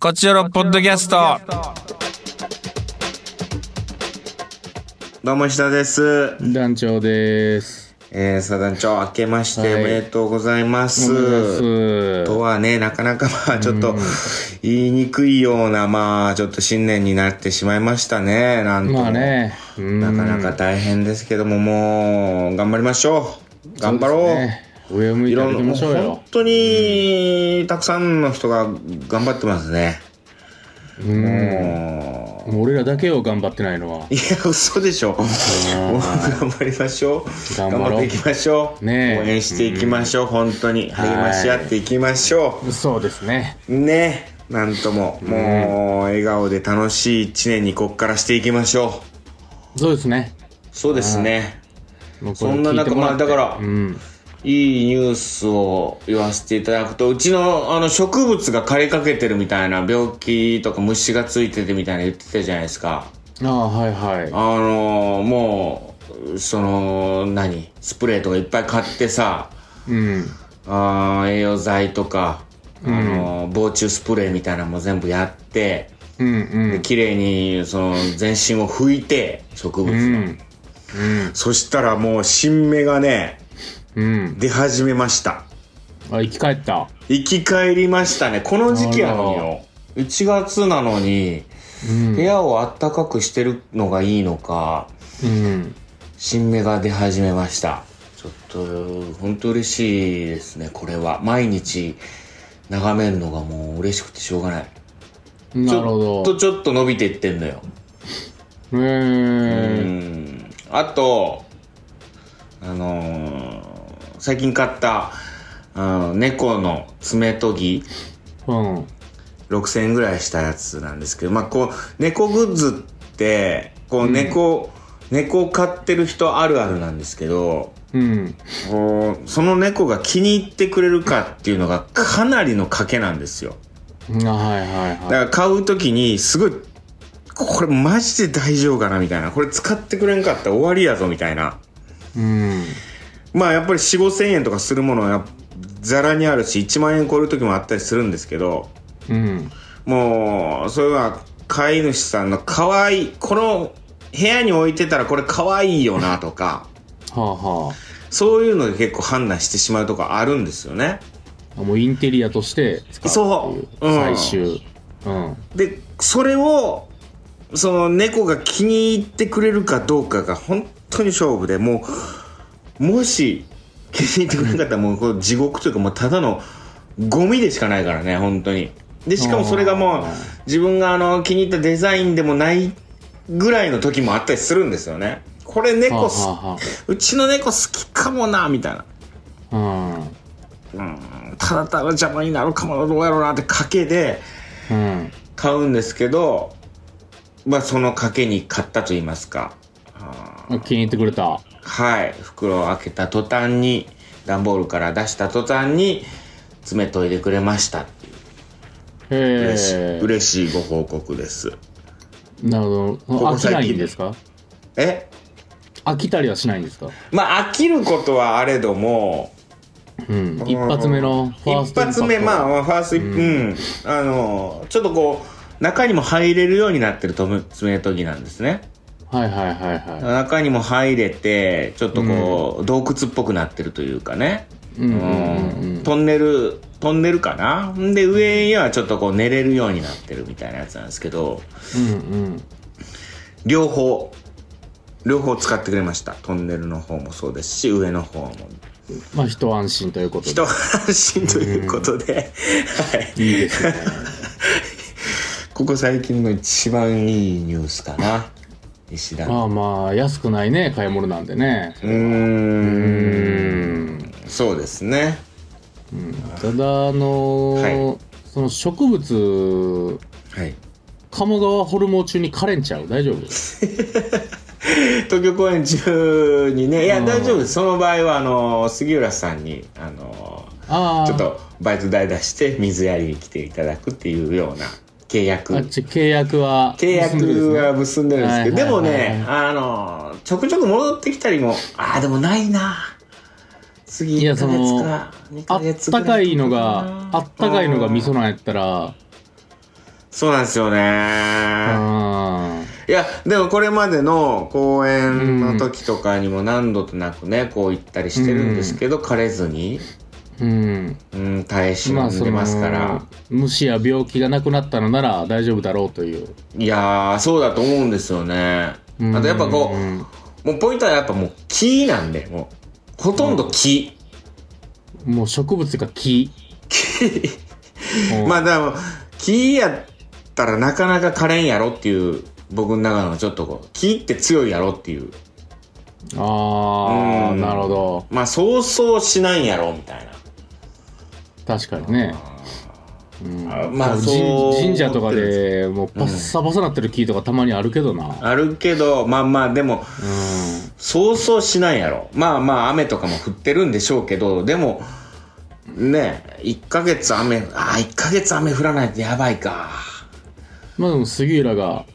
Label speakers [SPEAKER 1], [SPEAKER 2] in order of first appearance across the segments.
[SPEAKER 1] こちらのポッドキャスト。
[SPEAKER 2] どうも石田です。
[SPEAKER 3] 団長です。
[SPEAKER 2] えー、佐団長、明けまして
[SPEAKER 3] は
[SPEAKER 2] お
[SPEAKER 3] い
[SPEAKER 2] めでとうございます。
[SPEAKER 3] す
[SPEAKER 2] とはね、なかなかまあちょっと言いにくいような、まあちょっと新年になってしまいましたね、なんとも。
[SPEAKER 3] まあね、うん
[SPEAKER 2] なかなか大変ですけども、もう、頑張りましょう。頑張ろう。
[SPEAKER 3] ね上を向い
[SPEAKER 2] い
[SPEAKER 3] て
[SPEAKER 2] ろ
[SPEAKER 3] 歩き
[SPEAKER 2] んな、
[SPEAKER 3] ましょう
[SPEAKER 2] 本
[SPEAKER 3] よ。
[SPEAKER 2] 当に、たくさんの人が頑張ってますね。もう
[SPEAKER 3] もう俺らだけよ、頑張ってないのは。
[SPEAKER 2] いや、嘘でしょ。もう頑張りましょう。
[SPEAKER 3] 頑
[SPEAKER 2] 頑
[SPEAKER 3] 張ろう
[SPEAKER 2] 張っていきましょう。
[SPEAKER 3] ねえ
[SPEAKER 2] 応援していきましょう。本当に。励まし合っていきましょ
[SPEAKER 3] そうですね。
[SPEAKER 2] う。ねえ。なんとも、もう、笑顔で楽しい一年にこっからしていきましょう。
[SPEAKER 3] そうですね。
[SPEAKER 2] そうですね。
[SPEAKER 3] もうこれ
[SPEAKER 2] そんな
[SPEAKER 3] 聞いて
[SPEAKER 2] 中、
[SPEAKER 3] も
[SPEAKER 2] ま
[SPEAKER 3] ら
[SPEAKER 2] あ、
[SPEAKER 3] って
[SPEAKER 2] だから、
[SPEAKER 3] うん。
[SPEAKER 2] いいニュースを言わせていただくと、うちの、あの、植物が枯れかけてるみたいな、病気とか虫がついててみたいな言ってたじゃないですか。
[SPEAKER 3] ああ、はいはい。
[SPEAKER 2] あのもう、その、何スプレーとかいっぱい買ってさ、
[SPEAKER 3] うん。
[SPEAKER 2] あー栄養剤とか、あの防虫スプレーみたいなのも全部やって、
[SPEAKER 3] うんうん。
[SPEAKER 2] で綺麗に、その、全身を拭いて、植物の。
[SPEAKER 3] うん。
[SPEAKER 2] そしたらもう、新芽がね、
[SPEAKER 3] うん。
[SPEAKER 2] 出始めました。
[SPEAKER 3] あ、生き返った。
[SPEAKER 2] 生き返りましたね。この時期やのによ。1月なのに、
[SPEAKER 3] うん
[SPEAKER 2] 部。屋を暖かくしてるのがいいのか、
[SPEAKER 3] うん。
[SPEAKER 2] 新芽が出始めましたちょっと本当嬉しいですねこれは毎日眺めるのがもう嬉しくてしょうがない
[SPEAKER 3] なるほ
[SPEAKER 2] ちょっと
[SPEAKER 3] ど。
[SPEAKER 2] ちょっと伸びていってんのよ
[SPEAKER 3] う。
[SPEAKER 2] うんんあとあのー最近買ったあの猫の爪研ぎ
[SPEAKER 3] うん。
[SPEAKER 2] 6000円ぐらいしたやつなんですけど、まあ、こう、猫グッズって、こう、猫、猫を飼ってる人あるあるなんですけど、
[SPEAKER 3] うん。
[SPEAKER 2] こうその猫が気に入ってくれるかっていうのがかなりの賭けなんですよ
[SPEAKER 3] あはいはい
[SPEAKER 2] だ
[SPEAKER 3] は。
[SPEAKER 2] から買う時にすごいこれマジで大丈夫かなみたいなこれ使ってくれんかったら終わりやぞみたいない
[SPEAKER 3] うん。
[SPEAKER 2] まあやっぱり4 5千円とかするものはやっぱざらにあるし1万円超える時もあったりするんですけど
[SPEAKER 3] うん。
[SPEAKER 2] もうそれは飼い主さんの可愛いこの部屋に置いてたらこれ可愛いよなとか
[SPEAKER 3] はあは
[SPEAKER 2] そういうので結構判断してしまうとこあるんですよね
[SPEAKER 3] あ。もうインテリアとして使うってい
[SPEAKER 2] そううん
[SPEAKER 3] 最終。うん。
[SPEAKER 2] でそれをその猫が気に入ってくれるかどうかが本当に勝負でもうもし気に入ってくれなかったらもうこう地獄というかもうただのゴミでしかないからね本当にでしかもそれがもう
[SPEAKER 3] あー
[SPEAKER 2] 自分があの気に入ったデザインでもないぐらいの時もあったりするんですよねこれ
[SPEAKER 3] はあ
[SPEAKER 2] 猫す
[SPEAKER 3] は
[SPEAKER 2] うちの猫好きかもなみたいな
[SPEAKER 3] あはあ。うん。
[SPEAKER 2] うんただただ邪魔になるかもなどうやろうなって賭けで
[SPEAKER 3] うん。
[SPEAKER 2] 買うんですけど、まあ、その賭けに買ったと言いますか。あ
[SPEAKER 3] あ気に入ってくれた。
[SPEAKER 2] ーはい。袋を開けた途端に、段ボールから出した途端に、爪研いでくれましたっていう。
[SPEAKER 3] へ
[SPEAKER 2] 嬉しい
[SPEAKER 3] え。
[SPEAKER 2] 嬉しいご報告です。
[SPEAKER 3] なるほど。
[SPEAKER 2] こ
[SPEAKER 3] 飽きな
[SPEAKER 2] 最
[SPEAKER 3] い
[SPEAKER 2] 近
[SPEAKER 3] んですか
[SPEAKER 2] え
[SPEAKER 3] 飽きたりはしないんですか
[SPEAKER 2] まあ、飽きることはあれども、
[SPEAKER 3] うん。一発目のファース
[SPEAKER 2] 一
[SPEAKER 3] トインパク
[SPEAKER 2] 発
[SPEAKER 3] ト
[SPEAKER 2] 目、まあ、まあファーストイン、うん、あの、ちょっとこう、中にも入れるようになってると爪研ぎなんですね。
[SPEAKER 3] はいはいはいは
[SPEAKER 2] 中にも入れてちょっとこう、洞窟っぽくなってるというかね、
[SPEAKER 3] い。うんうんうんうん。
[SPEAKER 2] トンネルトンネルかなんで上にはちょっとこう寝れるようになってるみたいなやつなんですけど
[SPEAKER 3] うんうん。
[SPEAKER 2] 両方両方使ってくれましたトンネルの方もそうですし上の方も
[SPEAKER 3] まあ、一安心ということで。
[SPEAKER 2] 一安心ということで、はい
[SPEAKER 3] い いですね。
[SPEAKER 2] ここ最近の一番いいニュースかな石田の
[SPEAKER 3] まあまあ、安くないね、買い物なんでね。
[SPEAKER 2] うーん
[SPEAKER 3] うん。
[SPEAKER 2] そうですね
[SPEAKER 3] ただ、あのー
[SPEAKER 2] は
[SPEAKER 3] その植物、
[SPEAKER 2] はい
[SPEAKER 3] 鴨川ホルモン中に枯れんちゃう大丈夫
[SPEAKER 2] 東京公演中にねいや
[SPEAKER 3] うん
[SPEAKER 2] 大丈夫ですその場合はあの杉浦さんにあの
[SPEAKER 3] ああ。
[SPEAKER 2] ちょっとバイト代出して水やりに来ていただくっていうような契約
[SPEAKER 3] あっち契約は。
[SPEAKER 2] 契約は結んでるんですけどで
[SPEAKER 3] はいは
[SPEAKER 2] も
[SPEAKER 3] いはいはい
[SPEAKER 2] ねあのちょくちょく戻ってきたりもああでもないな次
[SPEAKER 3] いや
[SPEAKER 2] 1ヶ月
[SPEAKER 3] その
[SPEAKER 2] か2
[SPEAKER 3] あ
[SPEAKER 2] ヶ
[SPEAKER 3] っ
[SPEAKER 2] 月ぐ
[SPEAKER 3] た
[SPEAKER 2] ら
[SPEAKER 3] か
[SPEAKER 2] い
[SPEAKER 3] いのが、あったかいのが味噌なんやったら、
[SPEAKER 2] そうなんですよね。
[SPEAKER 3] あ
[SPEAKER 2] いや、でもこれまでの公演の時とかにも何度となくね、こう行ったりしてるんですけど、枯れずに、
[SPEAKER 3] ーうん
[SPEAKER 2] うん、耐え忍
[SPEAKER 3] まあ
[SPEAKER 2] ん
[SPEAKER 3] そ
[SPEAKER 2] でますから。
[SPEAKER 3] の虫や病気がなくなったのなら大丈夫だろうという
[SPEAKER 2] いやー、そうだと思うんですよね。あとやっぱこ
[SPEAKER 3] ん
[SPEAKER 2] う、もうポイントはやっぱもう木なんで、もう、ほとんど木。
[SPEAKER 3] もう植物が木
[SPEAKER 2] 木
[SPEAKER 3] うん
[SPEAKER 2] まあでも、木やったらなかなか枯れんやろっていう、僕の中のちょっとこう、木って強いやろっていう。
[SPEAKER 3] ああ
[SPEAKER 2] うん
[SPEAKER 3] なるほど
[SPEAKER 2] まあ、そうそうしないんやろみたいな。
[SPEAKER 3] 確かにねうん
[SPEAKER 2] あまあ
[SPEAKER 3] 神
[SPEAKER 2] そう
[SPEAKER 3] 神社とかでもうパッサパサなってる木とかたまにあるけどな、
[SPEAKER 2] あるけど、まあまあ、でも、そうそうしないやろ。まあまあ、雨とかも降ってるんでしょうけど、でも、ねえ、1ヶ月雨、ああ、1ヶ月雨降らないとやばいか。
[SPEAKER 3] まあでも杉浦が
[SPEAKER 2] ん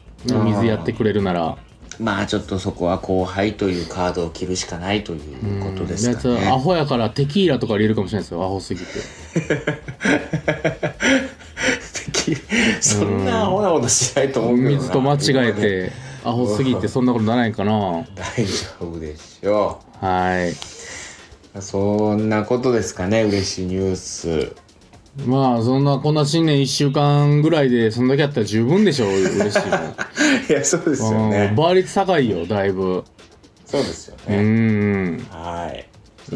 [SPEAKER 3] 水やってくれるなら
[SPEAKER 2] まあちょっとそこは後輩というカードを切るしかないということで
[SPEAKER 3] あ
[SPEAKER 2] す
[SPEAKER 3] いつ
[SPEAKER 2] か
[SPEAKER 3] はア
[SPEAKER 2] ね。
[SPEAKER 3] ホやからテキーラとか入れるかもしれないですよアホすぎて
[SPEAKER 2] そんなアホなことしないと思うけどな
[SPEAKER 3] 水と間違え。てアホすぎてそんなことならないかな
[SPEAKER 2] 大丈夫でしょ。
[SPEAKER 3] はいう
[SPEAKER 2] そんなことですかね、嬉しいニュース。
[SPEAKER 3] まあそんなこんな新年1週間ぐらいでそんだけやったら十分でしょう嬉しいの
[SPEAKER 2] いや、そう ですよ
[SPEAKER 3] うん
[SPEAKER 2] ね。
[SPEAKER 3] 倍率高いよだいぶ
[SPEAKER 2] そうですよ
[SPEAKER 3] う
[SPEAKER 2] ね。
[SPEAKER 3] ん
[SPEAKER 2] はい。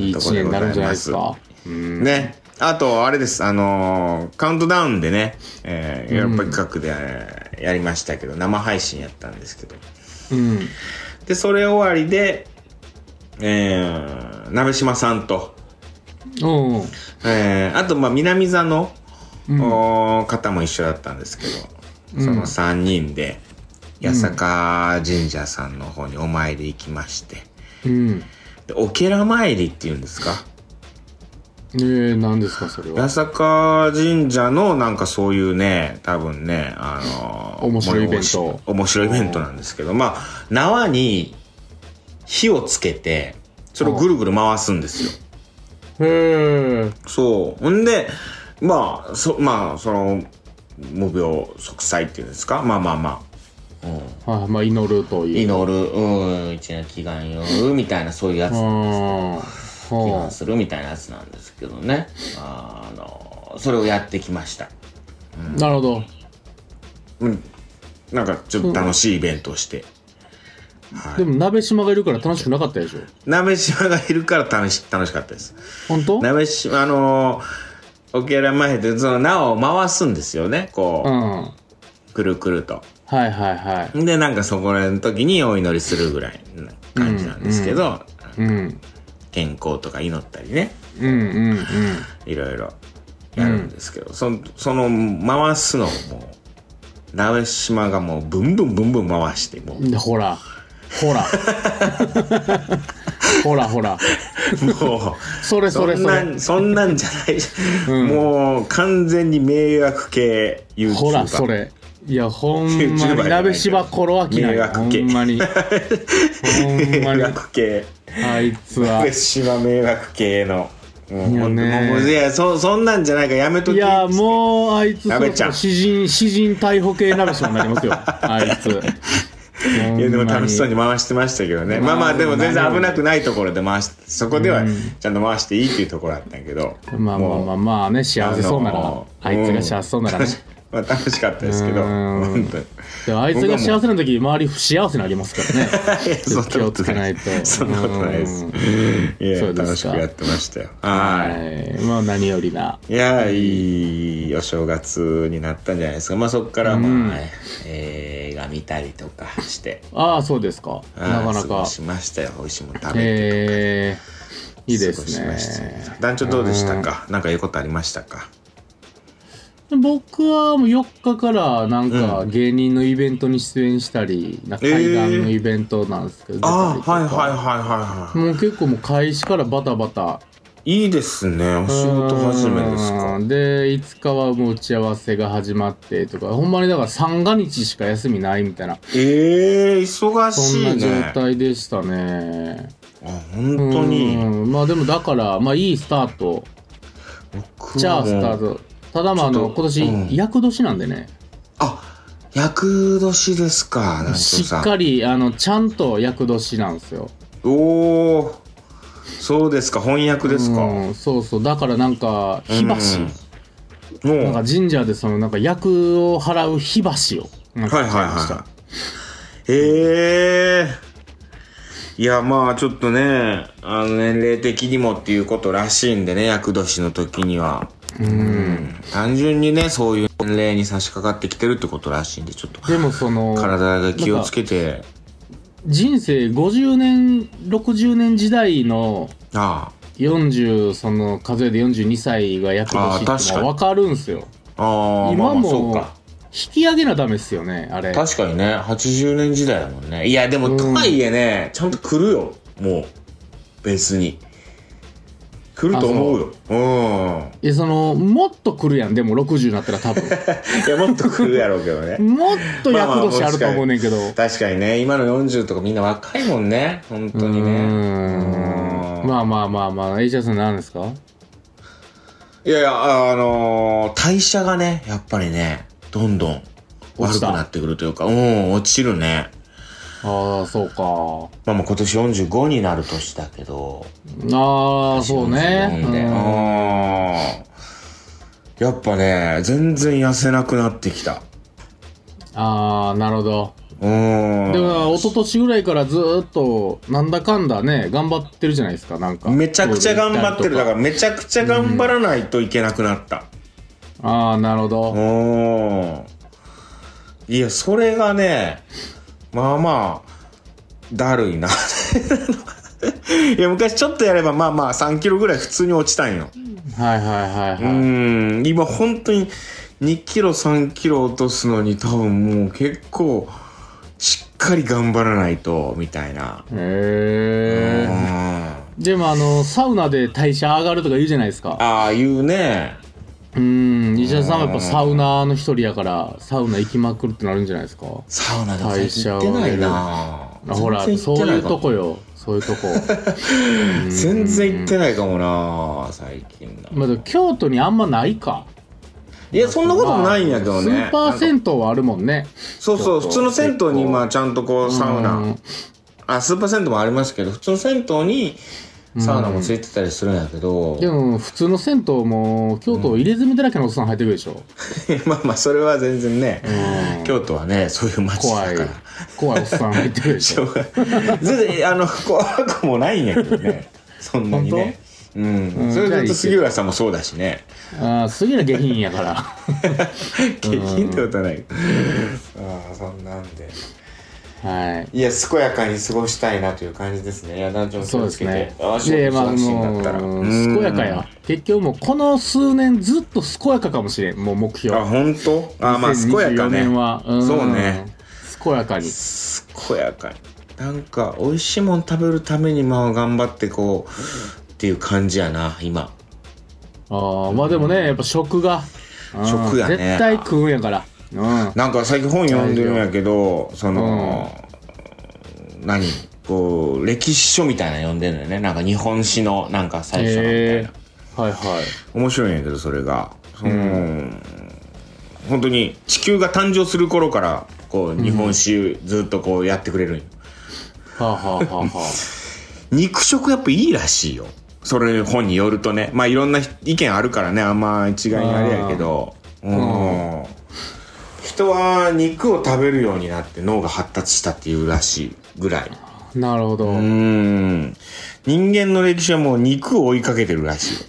[SPEAKER 3] いい1
[SPEAKER 2] ところ
[SPEAKER 3] 年
[SPEAKER 2] で
[SPEAKER 3] に
[SPEAKER 2] ござ
[SPEAKER 3] なるんじゃない
[SPEAKER 2] ま
[SPEAKER 3] ですかうん
[SPEAKER 2] ね。あと、あれです、あのーカウントダウンでね、えー、ヨーロッパ企画でえーやりましたけど、生配信やったんですけど。
[SPEAKER 3] うん
[SPEAKER 2] で、それ終わりで、えー、鍋島さんと、
[SPEAKER 3] うんうん
[SPEAKER 2] えー、あと、まあ、南座の、
[SPEAKER 3] うん
[SPEAKER 2] おー方も一緒だったんですけど、その3人で、八坂神社さんの方にお参り行きまして、
[SPEAKER 3] うん
[SPEAKER 2] でおけら参りっていうんですか
[SPEAKER 3] えー、何ですかそれは
[SPEAKER 2] 八坂神社のなんかそういうね、多分ね、あのー
[SPEAKER 3] 面白いイベント
[SPEAKER 2] 面白いイベントなんですけど、まあ、縄に火をつけて、それをぐるぐる回すんですよ。
[SPEAKER 3] へえ
[SPEAKER 2] そう。ほんで、まあ、そ、まあ、その、無病息災っていうんですかまあまあまあ。うん。
[SPEAKER 3] はいまあ祈るという
[SPEAKER 2] 祈る、うん、一年祈願よ、みたいな、そういうやつ。
[SPEAKER 3] う
[SPEAKER 2] 祈
[SPEAKER 3] ん
[SPEAKER 2] 願するみたいなやつなんですけどね。あの、それをやってきました。
[SPEAKER 3] なるほど
[SPEAKER 2] うん。なんか、ちょっと楽しいイベントをして。
[SPEAKER 3] でも鍋島がいるから楽しくなかったでしょ
[SPEAKER 2] 鍋島がいるから楽し、楽しかったです。
[SPEAKER 3] 本当
[SPEAKER 2] 鍋島、あの、おけら前で、その縄を回すんですよね。
[SPEAKER 3] うん
[SPEAKER 2] こ
[SPEAKER 3] は
[SPEAKER 2] う、くるくると。
[SPEAKER 3] いはいはい
[SPEAKER 2] で、なんかそこらの時にお祈りするぐらいな感じなんですけど、
[SPEAKER 3] うん
[SPEAKER 2] 健康とか祈ったりね、
[SPEAKER 3] うんうんうん
[SPEAKER 2] いろいろやるんですけど、その、その回すのをもう、鍋島がもうブンブンブンブン回して、もう、も
[SPEAKER 3] でほらほら ほらほら
[SPEAKER 2] う、
[SPEAKER 3] それそれそ
[SPEAKER 2] ん
[SPEAKER 3] れ
[SPEAKER 2] なん、そんなんじゃない、もう完全に迷惑系 YouTuber。
[SPEAKER 3] ほらそれいやほんま
[SPEAKER 2] YouTuber じゃないけ
[SPEAKER 3] に
[SPEAKER 2] ど
[SPEAKER 3] 鍋島コロアキなん
[SPEAKER 2] 迷
[SPEAKER 3] よ
[SPEAKER 2] 惑
[SPEAKER 3] ほ
[SPEAKER 2] 系
[SPEAKER 3] ん まにほんま
[SPEAKER 2] 迷
[SPEAKER 3] に
[SPEAKER 2] 惑系。
[SPEAKER 3] あいつは
[SPEAKER 2] 鍋島迷惑系の。もう
[SPEAKER 3] いやね
[SPEAKER 2] もういやそそんなんじゃないからやめとき
[SPEAKER 3] いやもうあいつ
[SPEAKER 2] 鍋ちゃん
[SPEAKER 3] そろそろ詩人詩人逮捕系鍋島になり ますよあいつ
[SPEAKER 2] いやでも楽しそう
[SPEAKER 3] に
[SPEAKER 2] に回してましたけどね
[SPEAKER 3] ま
[SPEAKER 2] ま
[SPEAKER 3] あ
[SPEAKER 2] あまあでも全然
[SPEAKER 3] まあ
[SPEAKER 2] 危なくないところで回しそこでは
[SPEAKER 3] うん
[SPEAKER 2] ちゃんと回していいっていうところだったんやけど
[SPEAKER 3] まあまあまあまあね幸せそうな
[SPEAKER 2] あ
[SPEAKER 3] ら
[SPEAKER 2] の
[SPEAKER 3] あいつが幸せそうならね
[SPEAKER 2] まあ楽しかったですけど
[SPEAKER 3] うん
[SPEAKER 2] 本当に
[SPEAKER 3] でもあいつが幸せな時周り不幸せになりますからね
[SPEAKER 2] いやそんな
[SPEAKER 3] 気を
[SPEAKER 2] こ
[SPEAKER 3] つ
[SPEAKER 2] と
[SPEAKER 3] け
[SPEAKER 2] な
[SPEAKER 3] ないいと
[SPEAKER 2] そんなことないですいや
[SPEAKER 3] そうですか
[SPEAKER 2] 楽しくやってましたよは
[SPEAKER 3] はいまあ何よりない
[SPEAKER 2] いやいいお正月になったんじゃないですかまあそこから
[SPEAKER 3] うん
[SPEAKER 2] まあ映画見たりとかして
[SPEAKER 3] ああそうですか
[SPEAKER 2] はい
[SPEAKER 3] なかな
[SPEAKER 2] 過ご
[SPEAKER 3] か
[SPEAKER 2] しましたよ美味しいもの食べて
[SPEAKER 3] えー、いいです
[SPEAKER 2] 過ごしましたよ
[SPEAKER 3] ね
[SPEAKER 2] 団長どうでしたかなんかいいことありましたか
[SPEAKER 3] 僕はもう4日からなんか芸人のイベントに出演したり、なんか階段のイベントなんですけど、
[SPEAKER 2] あ
[SPEAKER 3] 出
[SPEAKER 2] あ
[SPEAKER 3] た
[SPEAKER 2] はい
[SPEAKER 3] り
[SPEAKER 2] はい
[SPEAKER 3] とか
[SPEAKER 2] はいはいは
[SPEAKER 3] もう結構もう開始からバタバタ
[SPEAKER 2] いいいですねお仕事始めですか
[SPEAKER 3] うんで5日はもう打ち合わせが始まってとかほんまにだから三が日しか休みないみたいな
[SPEAKER 2] ええ忙
[SPEAKER 3] そ
[SPEAKER 2] し
[SPEAKER 3] ん
[SPEAKER 2] い
[SPEAKER 3] な状
[SPEAKER 2] ね
[SPEAKER 3] 態でしたね
[SPEAKER 2] あ本当に
[SPEAKER 3] うんまあでもだからまあいいスタート
[SPEAKER 2] 僕は
[SPEAKER 3] じゃあスター
[SPEAKER 2] もう
[SPEAKER 3] トただまああ
[SPEAKER 2] ちょ
[SPEAKER 3] の
[SPEAKER 2] っと
[SPEAKER 3] 今年
[SPEAKER 2] うん
[SPEAKER 3] 厄年なんでね、
[SPEAKER 2] あ厄年ですか、なんと
[SPEAKER 3] し
[SPEAKER 2] さ
[SPEAKER 3] っ
[SPEAKER 2] ん。
[SPEAKER 3] かりあのちゃんと厄年なんですよ
[SPEAKER 2] おお、そうですか、翻訳ですか。
[SPEAKER 3] うんそうそうだからなんか火箸、
[SPEAKER 2] もう、
[SPEAKER 3] なんか神社でそのなんか厄を払う火箸をなんか
[SPEAKER 2] はいはい
[SPEAKER 3] 買いました
[SPEAKER 2] はい。ええいや、まあ、ちょっとね、あの、年齢的にもっていうことらしいんでね、厄年の時には。うん。単純にね、そういう年齢に差し掛かってきてるってことらしいんで、ちょっと、
[SPEAKER 3] でもその
[SPEAKER 2] 体が気をつけて、
[SPEAKER 3] 人生50年60年時代の
[SPEAKER 2] あ
[SPEAKER 3] 40その数えで42歳が厄
[SPEAKER 2] あー
[SPEAKER 3] 年っ
[SPEAKER 2] 確
[SPEAKER 3] て
[SPEAKER 2] かに
[SPEAKER 3] 分かるんすよ
[SPEAKER 2] あ。ああ、まあ
[SPEAKER 3] 今
[SPEAKER 2] まあ、そう
[SPEAKER 3] も
[SPEAKER 2] か。
[SPEAKER 3] 引き上げなダメっすよねあれ
[SPEAKER 2] 確かにね、80年時代だもんね。いや、でも、
[SPEAKER 3] うん
[SPEAKER 2] とはいえね、ちゃんと来るよ、もう。別に。来ると思うよ。うん。
[SPEAKER 3] いやそのもっと来るやんでも60になった ら多分
[SPEAKER 2] いや、もっと来るやろうけどね。
[SPEAKER 3] もっと厄年あると思うねんけど、
[SPEAKER 2] 確かにね、今の40とかみんな若いもんね、本当に
[SPEAKER 3] う
[SPEAKER 2] ね。
[SPEAKER 3] ーんまあまあまあまあ、エイジャスなんですか
[SPEAKER 2] いやいや、あのー代謝がね、やっぱりね、どんどん
[SPEAKER 3] 落
[SPEAKER 2] 悪
[SPEAKER 3] ち
[SPEAKER 2] く
[SPEAKER 3] た
[SPEAKER 2] なってくるというか、うん、落ちるね。
[SPEAKER 3] ああ、そうか。
[SPEAKER 2] まあまあ今年45になる年だけど。
[SPEAKER 3] ああ、そう
[SPEAKER 2] 44で
[SPEAKER 3] ね。
[SPEAKER 2] うんやっぱね、全然痩せなくなってきた。
[SPEAKER 3] うんああ、なるほど。
[SPEAKER 2] うん。
[SPEAKER 3] でも、一昨年ぐらいからずーっと、なんだかんだね、頑張ってるじゃないですか、なんか。
[SPEAKER 2] めちゃくちゃ頑張ってる。だから、めちゃくちゃ頑張らないといけなくなった。
[SPEAKER 3] ら。ああ、なるほど。
[SPEAKER 2] うん。いや、それがね、まあまあ、だるいな。 いや、昔ちょっとやれば、まあまあ、3キロぐらい普通に落ちたんよ。
[SPEAKER 3] はいはいはいうはい。
[SPEAKER 2] ん、今本当に2キロ3キロ落とすのに多分もう結構しっかり頑張らないと、みたいな。
[SPEAKER 3] へえ。
[SPEAKER 2] うん
[SPEAKER 3] でも、あの、サウナで代謝上がるとか言うじゃないですか。
[SPEAKER 2] ああいうね。
[SPEAKER 3] うん、エイジャスさんはやっぱサウナの一人やから、サウナ行きまくるってなるんじゃないですか。
[SPEAKER 2] サウナで最近行ってないな
[SPEAKER 3] あほら、
[SPEAKER 2] 全然
[SPEAKER 3] そ
[SPEAKER 2] 行
[SPEAKER 3] う
[SPEAKER 2] ってないいうか
[SPEAKER 3] と
[SPEAKER 2] も
[SPEAKER 3] こよ。そういうとこ。
[SPEAKER 2] 全然行ってないかもな最近な。
[SPEAKER 3] まだ京都にあんまないか。
[SPEAKER 2] いや、そんなこともないんやけどね。
[SPEAKER 3] スーパー銭湯はあるもんね。
[SPEAKER 2] そうそう、普通の銭湯に、まあ、ちゃんとこう、サウ
[SPEAKER 3] う
[SPEAKER 2] ナ
[SPEAKER 3] ん、
[SPEAKER 2] あ、スーパー銭湯もありますけど、普通の銭湯にサウナもついてたりするんやけど、
[SPEAKER 3] でも普通の銭湯も京都入れ墨だらけのおっさん入ってくるでしょ。
[SPEAKER 2] まあまあ、それは全然ね、
[SPEAKER 3] うん
[SPEAKER 2] 京都はね、そういう街
[SPEAKER 3] 怖
[SPEAKER 2] だ
[SPEAKER 3] い
[SPEAKER 2] から。
[SPEAKER 3] 怖いおっさん入ってくるでし
[SPEAKER 2] し ょ
[SPEAKER 3] ょ。
[SPEAKER 2] うがない全然、あの、怖くもないんやけど ね、そんなにね。うん、それで言うと杉浦さんもそうだしね
[SPEAKER 3] ああ、すげえな下品やから。
[SPEAKER 2] 下品ってことはないああそんなんで
[SPEAKER 3] はい。
[SPEAKER 2] いや健やかに過ごしたいなという感じですねいや男女も気
[SPEAKER 3] そう
[SPEAKER 2] を
[SPEAKER 3] で
[SPEAKER 2] つ
[SPEAKER 3] す
[SPEAKER 2] けて
[SPEAKER 3] ね。
[SPEAKER 2] ああ仕事
[SPEAKER 3] で、まあ、
[SPEAKER 2] 忙しいんだ
[SPEAKER 3] も
[SPEAKER 2] ったら
[SPEAKER 3] う、
[SPEAKER 2] うん
[SPEAKER 3] 健やかや。結局もう、この数年ずっと健やかかもしれん。もう目標。
[SPEAKER 2] あ、本当？あ、まあ健やか
[SPEAKER 3] 2024
[SPEAKER 2] ね
[SPEAKER 3] 年。は。ん
[SPEAKER 2] そうね。
[SPEAKER 3] 健やかに。
[SPEAKER 2] 健やかに。なんか美味しいもん食べるためにまあ頑張ってこうっていう感じやな今。
[SPEAKER 3] ああ、まあでもね、やっぱ食が。うん
[SPEAKER 2] 食やね
[SPEAKER 3] 絶対食うんやから。うん。
[SPEAKER 2] なんか最近本読んでるんやけど、その、何こう歴史書みたいなの読んでるのよね。なんか日本史のなんか最初のみたい
[SPEAKER 3] え
[SPEAKER 2] な。
[SPEAKER 3] ー、はいはい。
[SPEAKER 2] 面白いんやけどそれが。その、本当に地球が誕生する頃からこう日本史ずっとこうやってくれるんよ。
[SPEAKER 3] はあ、はあはあは
[SPEAKER 2] 肉食やっぱいいらしいよそれ本によるとねまあいろんな意見あるからねあんま一概にあれやけどうん、人は肉を食べるようになって脳が発達したっていうらしいぐらい
[SPEAKER 3] あ。 なるほど。
[SPEAKER 2] う
[SPEAKER 3] うん
[SPEAKER 2] 人間の歴史はもう肉を追いかけてるらし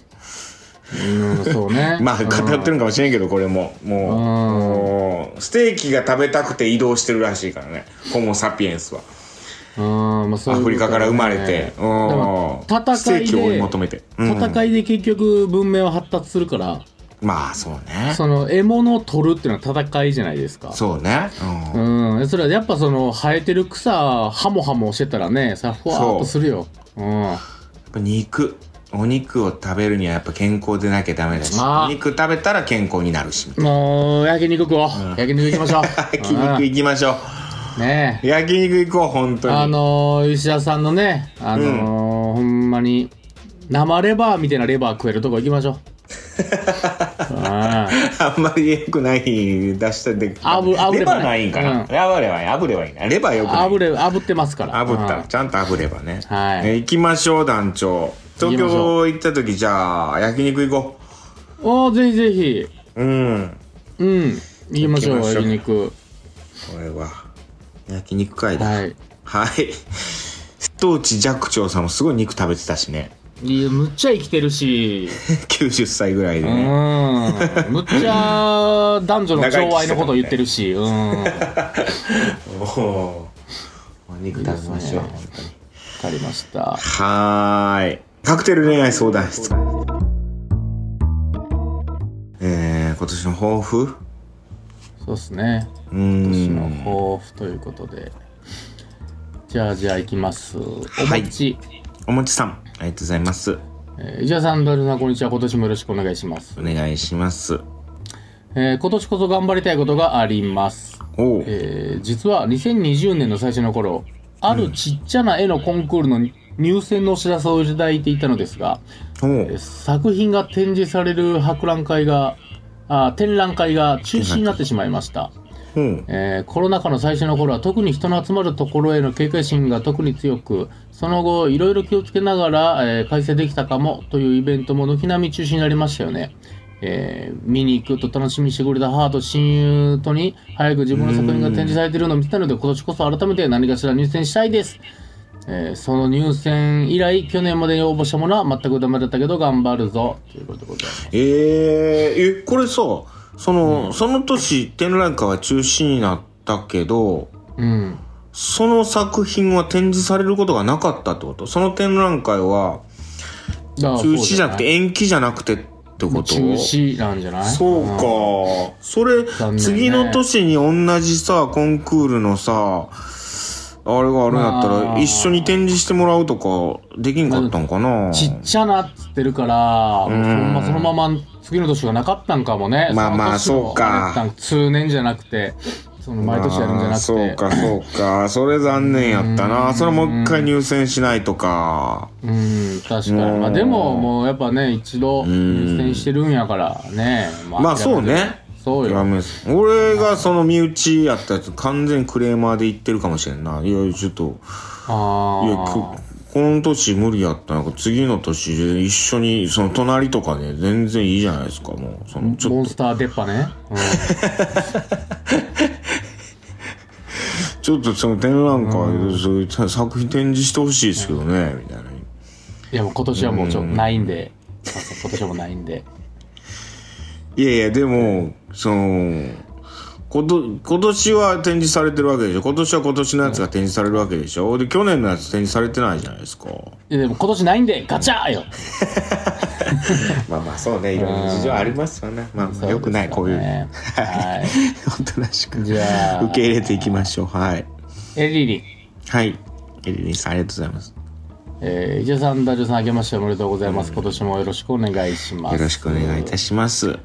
[SPEAKER 2] いよ。
[SPEAKER 3] ん、そうね
[SPEAKER 2] まあ偏って
[SPEAKER 3] る。
[SPEAKER 2] るかもしれんけどこれももううんステーキが食べたくて移動してるらしいからねホモ・サピエンスは
[SPEAKER 3] うん、まあそう
[SPEAKER 2] ア
[SPEAKER 3] いう
[SPEAKER 2] フ
[SPEAKER 3] ことね
[SPEAKER 2] リカから生まれて、
[SPEAKER 3] でも
[SPEAKER 2] うんス
[SPEAKER 3] 戦
[SPEAKER 2] テー
[SPEAKER 3] いで、
[SPEAKER 2] キを追い求めて、うん
[SPEAKER 3] 戦いで結局文明は発達するから、
[SPEAKER 2] まあそうね
[SPEAKER 3] その獲物を取るっていうのは戦いじゃないですか。
[SPEAKER 2] そうね。うん。
[SPEAKER 3] うん、それはやっぱその生えてる草ハモハモしてたらねさふわーっとするよう、ん、
[SPEAKER 2] やっぱ肉。お肉を食べるにはやっぱ健康でなきゃダメだし、
[SPEAKER 3] まあ
[SPEAKER 2] お肉食べたら健康になるし。
[SPEAKER 3] もう焼肉食おう、焼肉行きましょう
[SPEAKER 2] 焼肉行きましょ
[SPEAKER 3] うんねえ
[SPEAKER 2] う。焼肉行こう、本当に。
[SPEAKER 3] あのー、石田さんのね、あのーほん まに、生レバーみたいなレバー食えるとこ行きましょう。あ
[SPEAKER 2] あんまり良くない出したで
[SPEAKER 3] あぶあぶ
[SPEAKER 2] レ
[SPEAKER 3] れば
[SPEAKER 2] バー
[SPEAKER 3] ね
[SPEAKER 2] ないんか
[SPEAKER 3] うん
[SPEAKER 2] な、レバーはあぶればいいなレバーよくない
[SPEAKER 3] あぶれ炙ってますから
[SPEAKER 2] 炙った、
[SPEAKER 3] うん
[SPEAKER 2] ちゃんと炙ればね、
[SPEAKER 3] はい
[SPEAKER 2] え行きましょう団長東
[SPEAKER 3] 行きましょ
[SPEAKER 2] 京行った時じゃあ焼肉行こ
[SPEAKER 3] おーぜひぜひ
[SPEAKER 2] ううん
[SPEAKER 3] うん行きましょう
[SPEAKER 2] 行きましょう
[SPEAKER 3] 焼肉
[SPEAKER 2] これは焼肉会だは、
[SPEAKER 3] はいい
[SPEAKER 2] 瀬戸内寂聴さんもすごい肉食べてたしね
[SPEAKER 3] いやむっちゃ生きてるし
[SPEAKER 2] 90歳ぐらいで
[SPEAKER 3] う
[SPEAKER 2] ね、
[SPEAKER 3] んむっちゃ男女の調和のことを言ってるしうんわ
[SPEAKER 2] おおお肉食べましょう
[SPEAKER 3] いいですね
[SPEAKER 2] 本当に
[SPEAKER 3] かりました
[SPEAKER 2] はーい。カクテル恋愛相談室。えー、今年の抱負
[SPEAKER 3] そうですね
[SPEAKER 2] う
[SPEAKER 3] 私
[SPEAKER 2] ー
[SPEAKER 3] の
[SPEAKER 2] ん。
[SPEAKER 3] 抱負ということでじゃあじゃあ行きますお
[SPEAKER 2] い
[SPEAKER 3] もち、
[SPEAKER 2] おもちさん、ありがとうございます。
[SPEAKER 3] えー、伊沢さんドルナこんにちは今年もよろしくお願いします
[SPEAKER 2] お、願いします。
[SPEAKER 3] えー今年こそ頑張りたいことがあります
[SPEAKER 2] おう。
[SPEAKER 3] えー実は2020年の最初の頃あるちっちゃな絵のコンクールの入選のお知らせをいただいていたのですが、
[SPEAKER 2] お
[SPEAKER 3] えー
[SPEAKER 2] う。
[SPEAKER 3] 作品が展示される博覧会があー展覧会が中止になってしまいました、
[SPEAKER 2] おう。
[SPEAKER 3] えーコロナ禍の最初の頃は特に人の集まるところへの警戒心が特に強くその後いろいろ気をつけながら、えー開催できたかもというイベントも軒並み中止になりましたよね、えー見に行くと楽しみにしてくれた母と親友とに早く自分の作品が展示されているのを見てたので今年こそ改めて何かしら入選したいですえーその入選以来去年までに応募したものは全くダメだったけど頑張るぞということでございます
[SPEAKER 2] えー、え、これさ、その、その年、展覧会は中止になったけど、
[SPEAKER 3] うん
[SPEAKER 2] その作品は展示されることがなかったってことその展覧会は、
[SPEAKER 3] だから
[SPEAKER 2] 中止じゃなくて
[SPEAKER 3] そう
[SPEAKER 2] 延期じゃなくてってこと
[SPEAKER 3] 中止なんじゃない
[SPEAKER 2] そうか、それ、
[SPEAKER 3] 念ね
[SPEAKER 2] 次の年に同じさコンクールのさあれがあるんやった
[SPEAKER 3] ま
[SPEAKER 2] ら
[SPEAKER 3] あ
[SPEAKER 2] 一緒に展示してもらうとかできんかったんかな
[SPEAKER 3] ちっちゃなっつってるから、
[SPEAKER 2] ん
[SPEAKER 3] そんまそのまま次の年がなかったんかもね。
[SPEAKER 2] まあまあ
[SPEAKER 3] の年の
[SPEAKER 2] そうか
[SPEAKER 3] あれだったん通年じゃなくて、その毎年やるんじゃな
[SPEAKER 2] あー
[SPEAKER 3] くて。
[SPEAKER 2] そうかそうかそれ残念やったなそれもう一回入選しないとか
[SPEAKER 3] うん、確かに。
[SPEAKER 2] うん
[SPEAKER 3] まあでも、もうやっぱね、一度
[SPEAKER 2] ん
[SPEAKER 3] 入選してるんやからね。ま
[SPEAKER 2] まあそう。ね
[SPEAKER 3] そう
[SPEAKER 2] や
[SPEAKER 3] よ。
[SPEAKER 2] めす俺がその身内やったやつ完全クレーマーで言ってるかもしれんないやちょっと
[SPEAKER 3] あ
[SPEAKER 2] いや
[SPEAKER 3] あ
[SPEAKER 2] こ。この年無理やったら次の年で一緒にその隣とかで全然いいじゃないですかもうそのち
[SPEAKER 3] モ
[SPEAKER 2] ょ
[SPEAKER 3] ン
[SPEAKER 2] っと
[SPEAKER 3] スター出っ歯ね。
[SPEAKER 2] ちょっとその展覧会でそういう作品展示してほしいですけどねみたいな
[SPEAKER 3] うん、いや、もう今年はもうちょっとないんで。今年はもうないんで。
[SPEAKER 2] いやいやでもそのこと今年は展示されてるわけでしょ今年は今年のやつが展示されるわけでしょで去年のやつ展示されてないじゃないですか
[SPEAKER 3] いや、でも今年ないんで、ガチャーよ。
[SPEAKER 2] まあまあそうねいろんな事情ありますよねまあまあ良くないこういう
[SPEAKER 3] ね。はい。
[SPEAKER 2] おとなしく受
[SPEAKER 3] じゃあ
[SPEAKER 2] け入れていきましょうはい
[SPEAKER 3] エリリン、
[SPEAKER 2] はいエリリンさんありがとうございます
[SPEAKER 3] えー、伊勢さん、ダジョさん、あけましておめでとうございます。今年もよろしくお願いします。
[SPEAKER 2] よろしくお願いいたします。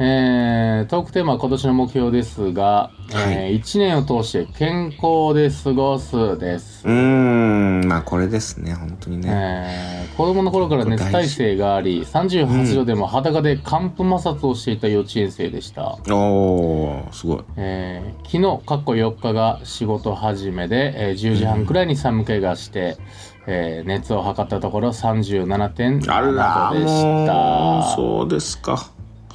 [SPEAKER 3] えー、トークテーマは今年の目標ですが、えー、1年を通して健康で過ごすです。
[SPEAKER 2] うーん、まあこれですね、本当にね。
[SPEAKER 3] えー、子供の頃から熱耐性があり、38度でも裸で寒風摩擦をしていた幼稚園生でした。
[SPEAKER 2] おー、すごい。
[SPEAKER 3] えー昨日、過去4日が仕事始めで、えー10時半くらいに寒気がして、えー熱を測ったところ37.7
[SPEAKER 2] あら
[SPEAKER 3] 度でした。
[SPEAKER 2] もう、そうですか。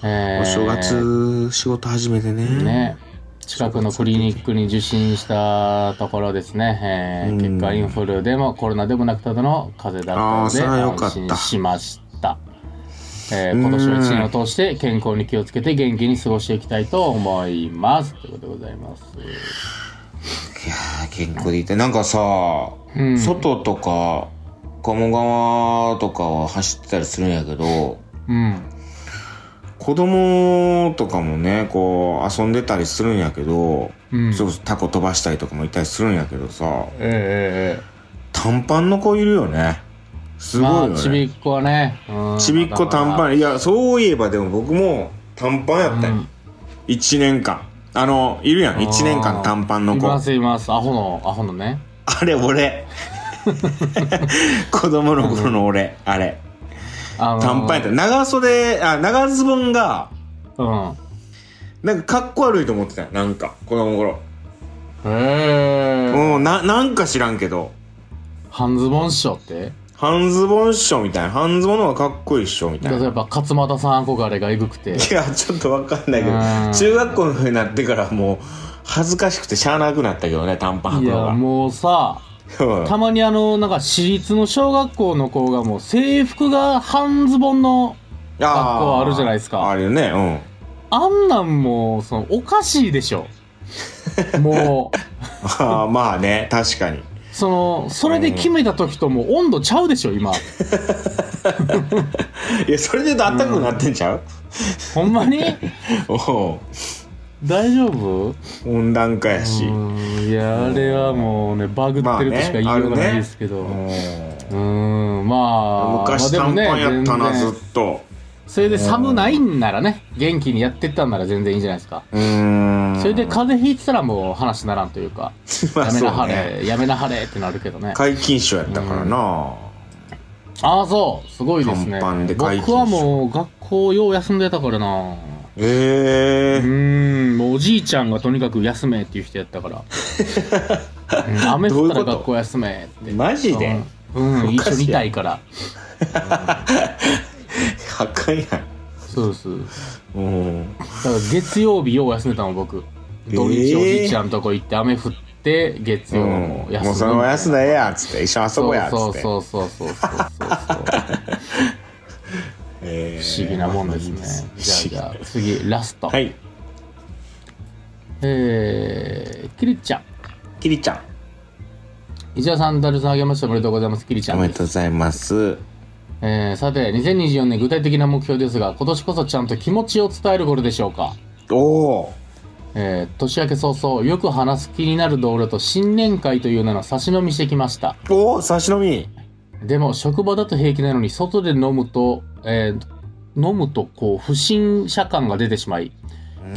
[SPEAKER 3] えー
[SPEAKER 2] お正月、仕事始めてね。
[SPEAKER 3] ね近くのクリニックに受診したところですね、え
[SPEAKER 2] う
[SPEAKER 3] ー
[SPEAKER 2] ん
[SPEAKER 3] 結果インフルでもコロナでもなくただの風邪だった
[SPEAKER 2] あーそれはよ
[SPEAKER 3] ので
[SPEAKER 2] かっ
[SPEAKER 3] 安
[SPEAKER 2] た
[SPEAKER 3] 心しました、えー今年は1年を通して健康に気をつけて元気に過ごしていきたいと思いますということでございます
[SPEAKER 2] いやー、健康でいて、なんかさ、
[SPEAKER 3] うん
[SPEAKER 2] 外とか、鴨川とかは走ってたりするんやけど、
[SPEAKER 3] うん
[SPEAKER 2] 子供とかもね、こう、遊んでたりするんやけど、
[SPEAKER 3] うん
[SPEAKER 2] そうタコ飛ばしたりとかもいたりするんやけどさ、
[SPEAKER 3] ええ
[SPEAKER 2] 短パンの子いるよねすごい
[SPEAKER 3] ま
[SPEAKER 2] よ
[SPEAKER 3] あ
[SPEAKER 2] ね、
[SPEAKER 3] ちびっこはねうん
[SPEAKER 2] ちびっこ短
[SPEAKER 3] ン
[SPEAKER 2] パンいやそういえばでも僕も短パンやったよ、
[SPEAKER 3] うん
[SPEAKER 2] 1年間あのいるやん1年間短パンの
[SPEAKER 3] い
[SPEAKER 2] 子
[SPEAKER 3] ま
[SPEAKER 2] あ
[SPEAKER 3] すいますアホのアホのね
[SPEAKER 2] れ俺 子供の頃の俺あれ
[SPEAKER 3] あのー
[SPEAKER 2] 短パンやった長袖あ長ズボンが
[SPEAKER 3] うん
[SPEAKER 2] なんかかっこ悪いと思ってたよなんか子供の頃
[SPEAKER 3] へえ。
[SPEAKER 2] うんななんか知らんけど
[SPEAKER 3] 半ズボン師匠って
[SPEAKER 2] 半ズボンっしょみたいな半ズボンの方がかっこいいっしょみた
[SPEAKER 3] だ
[SPEAKER 2] い
[SPEAKER 3] か
[SPEAKER 2] な
[SPEAKER 3] らやっぱ勝俣さん憧れがえぐく て。
[SPEAKER 2] いやちょっとわかんないけど
[SPEAKER 3] うん
[SPEAKER 2] 中学校の風になってからもう恥ずかしくてしゃあなくなったけどね短パン履く
[SPEAKER 3] いや
[SPEAKER 2] の
[SPEAKER 3] もうさ、
[SPEAKER 2] が
[SPEAKER 3] たまにあの、なんか私立の小学校の子がもう制服が半ズボンの、学校あるじゃないですか
[SPEAKER 2] あるよね
[SPEAKER 3] あんなんもう、その、おかしい でしょ。も
[SPEAKER 2] う
[SPEAKER 3] う、
[SPEAKER 2] んあーまあね確かに
[SPEAKER 3] その、それで決めた時ともう温度ちゃうでしょ、今。
[SPEAKER 2] いやそれで暖かくなってんちゃう、
[SPEAKER 3] ほんまに
[SPEAKER 2] おう
[SPEAKER 3] 大丈夫
[SPEAKER 2] 温暖化やし、
[SPEAKER 3] うんいや、あれはもうね、バグってるとしか言いようがないですけど。
[SPEAKER 2] うん
[SPEAKER 3] うん、まあ、
[SPEAKER 2] 昔
[SPEAKER 3] まあ
[SPEAKER 2] 短
[SPEAKER 3] で
[SPEAKER 2] パ
[SPEAKER 3] も
[SPEAKER 2] ン
[SPEAKER 3] ね
[SPEAKER 2] やったな、
[SPEAKER 3] 全然
[SPEAKER 2] ずっと
[SPEAKER 3] それで寒ないんならね、元気にやってったんなら全然いいじゃないですか。
[SPEAKER 2] うーん
[SPEAKER 3] それで風邪ひいてたらもう話ならんというか、
[SPEAKER 2] まあ
[SPEAKER 3] やめな
[SPEAKER 2] そ
[SPEAKER 3] は
[SPEAKER 2] うね
[SPEAKER 3] れ、やめなはれってなるけどね。
[SPEAKER 2] 皆勤賞やったからな、
[SPEAKER 3] ああ、そう、すごいです
[SPEAKER 2] 短
[SPEAKER 3] ね
[SPEAKER 2] パンで。解禁
[SPEAKER 3] 僕はもう学校よう休んでたからな。う
[SPEAKER 2] ええ
[SPEAKER 3] ーん、もうおじいちゃんがとにかく休めっていう人やっ たから。うん雨降ったら学校休めって。
[SPEAKER 2] マジで
[SPEAKER 3] うん、うん
[SPEAKER 2] おか
[SPEAKER 3] 一
[SPEAKER 2] しいやん
[SPEAKER 3] 緒にいたいから。
[SPEAKER 2] あかんや
[SPEAKER 3] そうです。
[SPEAKER 2] んうん
[SPEAKER 3] だから月曜日よう休んでたの僕土日おじいちゃんとこ行って雨降って月曜も休む、
[SPEAKER 2] もうそのまま休んだらええやっつって一緒に遊ぼうやっつって
[SPEAKER 3] そうそうそうそうそうそうそう
[SPEAKER 2] え
[SPEAKER 3] 不
[SPEAKER 2] ー
[SPEAKER 3] 思議なもんですね、じゃあじゃあ次ラスト、
[SPEAKER 2] はい
[SPEAKER 3] えー、キリちゃん
[SPEAKER 2] キリちゃん
[SPEAKER 3] 石田さん、ダルさんあげましておめでとうございます。キリちゃ
[SPEAKER 2] お
[SPEAKER 3] ん
[SPEAKER 2] め
[SPEAKER 3] で
[SPEAKER 2] ですとうございます
[SPEAKER 3] えー、さて、2024年具体的な目標ですが、今年こそちゃんと気持ちを伝える頃でしょうか。
[SPEAKER 2] おお
[SPEAKER 3] えー、年明け早々、よく話す気になる同僚と新年会という名の差し飲みしてきました。
[SPEAKER 2] ーおお差し飲み
[SPEAKER 3] でも職場だと平気なのに外で飲むと、えー飲むとこう不審者感が出てしまい